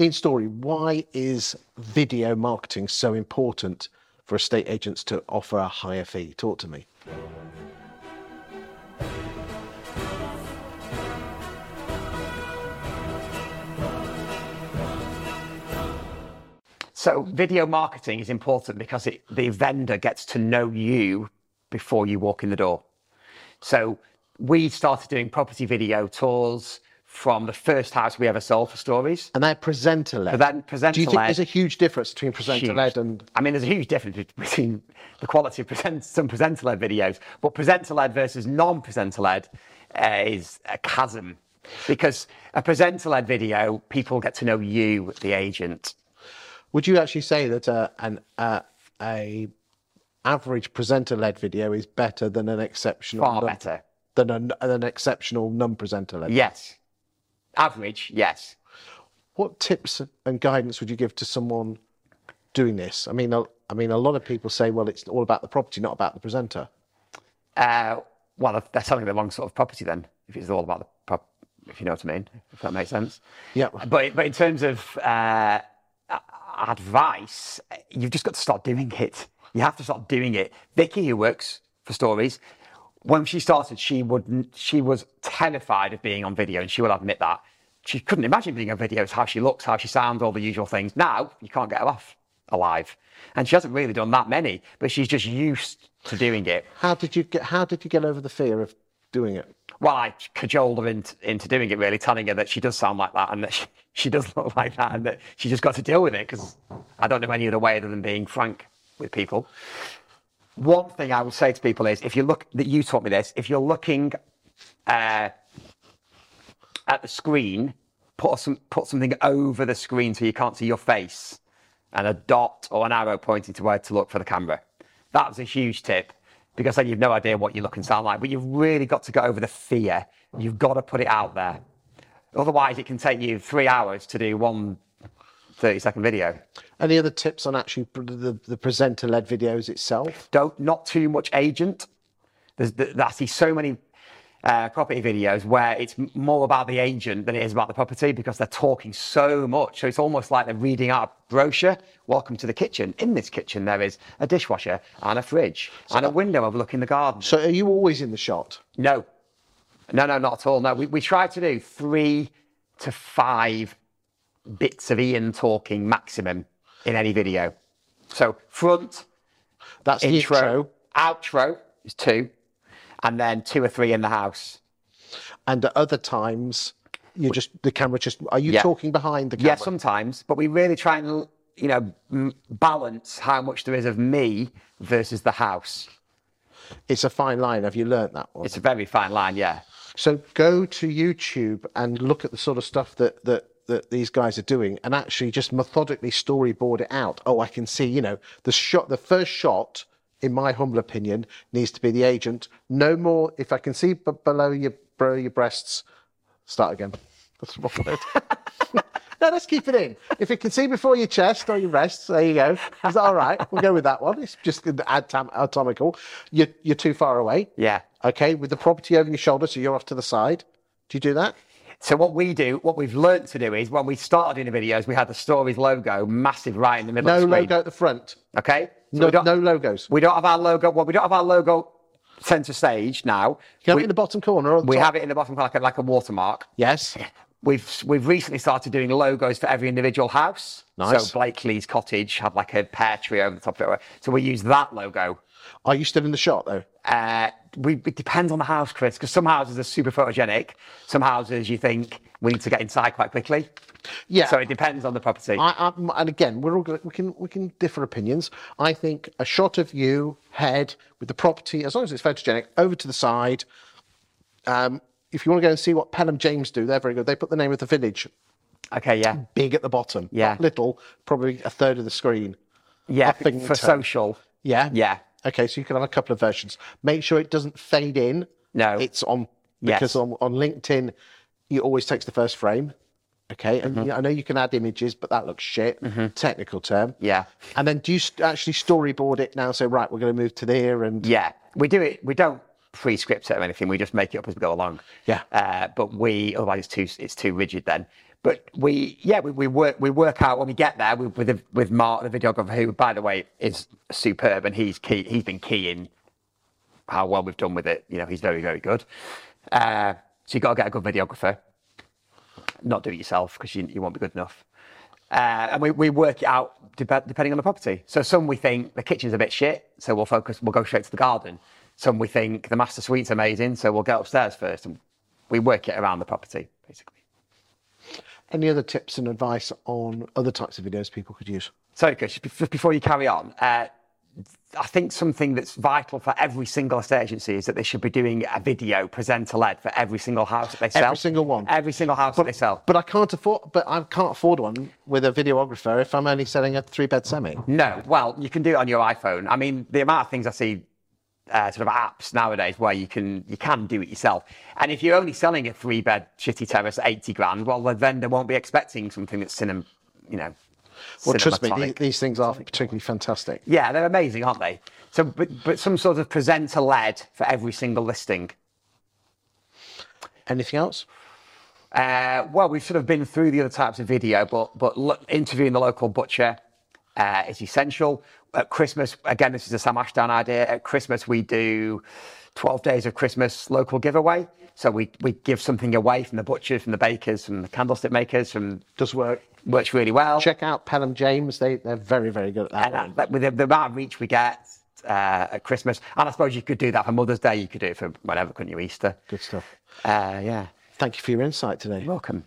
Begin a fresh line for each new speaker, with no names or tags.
Ian Story, why is video marketing so important for estate agents to offer a higher fee? Talk to me.
So video marketing is important because it, the vendor gets to know you before you walk in the door. So we started doing property video tours from the first house we ever sold for stories.
And they're presenter led.
But then presenter
Do you think there's a huge difference between presenter
Huge.
led and
I mean, there's a huge difference between the quality of present, some presenter-led videos, but presenter-led versus non-presenter-led uh, is a chasm because a presenter-led video, people get to know you, the agent.
Would you actually say that uh, an uh, a average presenter-led video is better than an exceptional,
Far better.
than an, an exceptional non-presenter-led?
Yes. Average, yes.
What tips and guidance would you give to someone doing this? I mean, a, I mean, a lot of people say, well, it's all about the property, not about the presenter.
Uh, well, they're- they're selling the wrong sort of property then, if it's all about the prop, if you know what I mean, if that makes sense.
Yeah.
But, but in terms of uh, a- advice, you've just got to start doing it. You have to start doing it. Vicky, who works for Stories, when she started, she would she was terrified of being on video, and she will admit that she couldn't imagine being on video. It's how she looks, how she sounds, all the usual things. Now you can't get her off alive, and she hasn't really done that many, but she's just used to doing it.
How did you get? How did you get over the fear of doing it?
well, I cajoled her into, into doing it, really, telling her that she does sound like that and that she, she does look like that and that she just got to deal with it because I don't know any other way other than being frank with people. One thing I would say to people is if you look, that you taught me this, if you're looking uh, at the screen, put, some, put something over the screen so you can't see your face and a dot or an arrow pointing to where to look for the camera. That was a huge tip because then you've no idea what you look and sound like. But you've really got to get over the fear. You've got to put it out there. Otherwise, it can take you three hours to do one 30 second video.
Any other tips on actually pr- the, the presenter-led videos itself?
don't not too much agent. There's th- I see so many uh, property videos where it's m- more about the agent than it is about the property because they're talking so much. So it's almost like they're reading out a brochure. Welcome to the kitchen. In this kitchen, there is a dishwasher and a fridge and a window overlooking the garden.
So are you always in the shot?
No, no, no, not at all. No, we, we try to do three to five bits of Ian talking maximum in any video. So front,
That's
intro,
the intro.
outro is two, and then two or three in the house.
and at other times you just the camera just are you
Yeah. um,
talking behind the camera
Yeah, sometimes, but we really try and you know m- balance how much there is of me versus the house.
it's a fine line have you learnt that one
It's a very fine line, yeah.
so go to youtube and look at the sort of stuff that that that these guys are doing and actually just methodically storyboard it out oh i can see you know the shot the first shot in my humble opinion needs to be the agent no more if i can see b- below your below your breasts start again that's what I did. No, let's keep it in. If it can see before your chest or your breasts, there you go. Is that all right? We'll go with that one. It's just atom- atomical. You're, you're too far away.
Yeah.
Okay, with the property over your shoulder, so you're off to the side. Do you do that?
So what we do, what we've learnt to do is when we started doing the videos, we had the stories logo massive right in the middle
No
of the screen.
logo at the front.
Okay. So
No,
we don't,
no logos.
we don't have our logo. Well, we don't have our logo centre stage now.
Can we,
we
in the bottom corner or the
we
top?
have it in the bottom like a, like a watermark.
Yes.
We've we've recently started doing logos for every individual house.
Nice.
So Blakely's cottage had like a pear tree over the top of it. So we use that logo.
Are you still in the shot though?
Uh, we, it depends on the house, Chris, because some houses are super photogenic. Some houses you think we need to get inside quite quickly.
Yeah.
So it depends on the property.
I, I, and again, we're all gonna- we can we can differ opinions. I think a shot of you head with the property, as long as it's photogenic, over to the side. Um, if you want to go and see what Pelham James do, they're very good. They put the name of the village
okay, yeah.
big at the bottom,
Yeah.
not little, probably a third of the screen.
Yeah,
Up in turn.
for social.
Yeah,
Yeah.
Okay, so you can have a couple of versions. Make sure it doesn't fade in.
No.
it's on
Yes.
because on, on LinkedIn, it always takes the first frame. Okay, and
Mm-hmm.
you- I know you can add images, but that looks shit. Technical term.
Yeah.
And then do you st- actually storyboard it now? Say right, we're going to move to there, and
Yeah, we do it. We don't pre-script it or anything. We just make it up as we go along.
Yeah.
Uh, but we otherwise it's too it's too rigid then. but we yeah we, we work we work out when we get there with with, with Mark the videographer who by the way is superb and he's key he's been key in how well we've done with it you know he's very very good uh, so you got to get a good videographer not do it yourself because you, you won't be good enough uh, and we, we work it out dep- depending on the property so some we think the kitchen's a bit shit so we'll focus we'll go straight to the garden some we think the master suite's amazing so we'll get upstairs first and we work it around the property basically
Any other tips and advice on other types of videos people could use?
So, Chris, just bef- just before you carry on, uh, I think something that's vital for every single estate agency is that they should be doing a video presenter led for every single house that they sell.
single one.
Every single house that they sell.
But I can't afford. But I can't afford one with a videographer if I'm only selling a three-bed semi.
No, well, you can do it on your iPhone. I mean, the amount of things I see, uh, sort of apps nowadays where you can you can do it yourself. And if you're only selling a three bed shitty terrace at eighty grand, well, the vendor won't be expecting something that's cinem, you know.
Well, trust me, the-
cinematonic.
these things are particularly fantastic.
Yeah, they're amazing, aren't they? So, but, but some sort of presenter led for every single listing.
Anything else?
Uh, well, we've sort of been through the other types of video, but but lo- interviewing the local butcher uh, is essential. At Christmas, again, this is a Sam Ashdown idea. At Christmas, we do twelve days of Christmas local giveaway. So we we give something away from the butchers, from the bakers, from the candlestick makers. From
Does work.
works really well.
Check out Pelham James. They they're very very good at that.
And that, that- with the, the amount of reach we get uh, at Christmas, and I suppose you could do that for Mother's Day. You could do it for whatever, couldn't you? Easter.
Good stuff.
Uh, yeah.
Thank you for your insight today.
Welcome.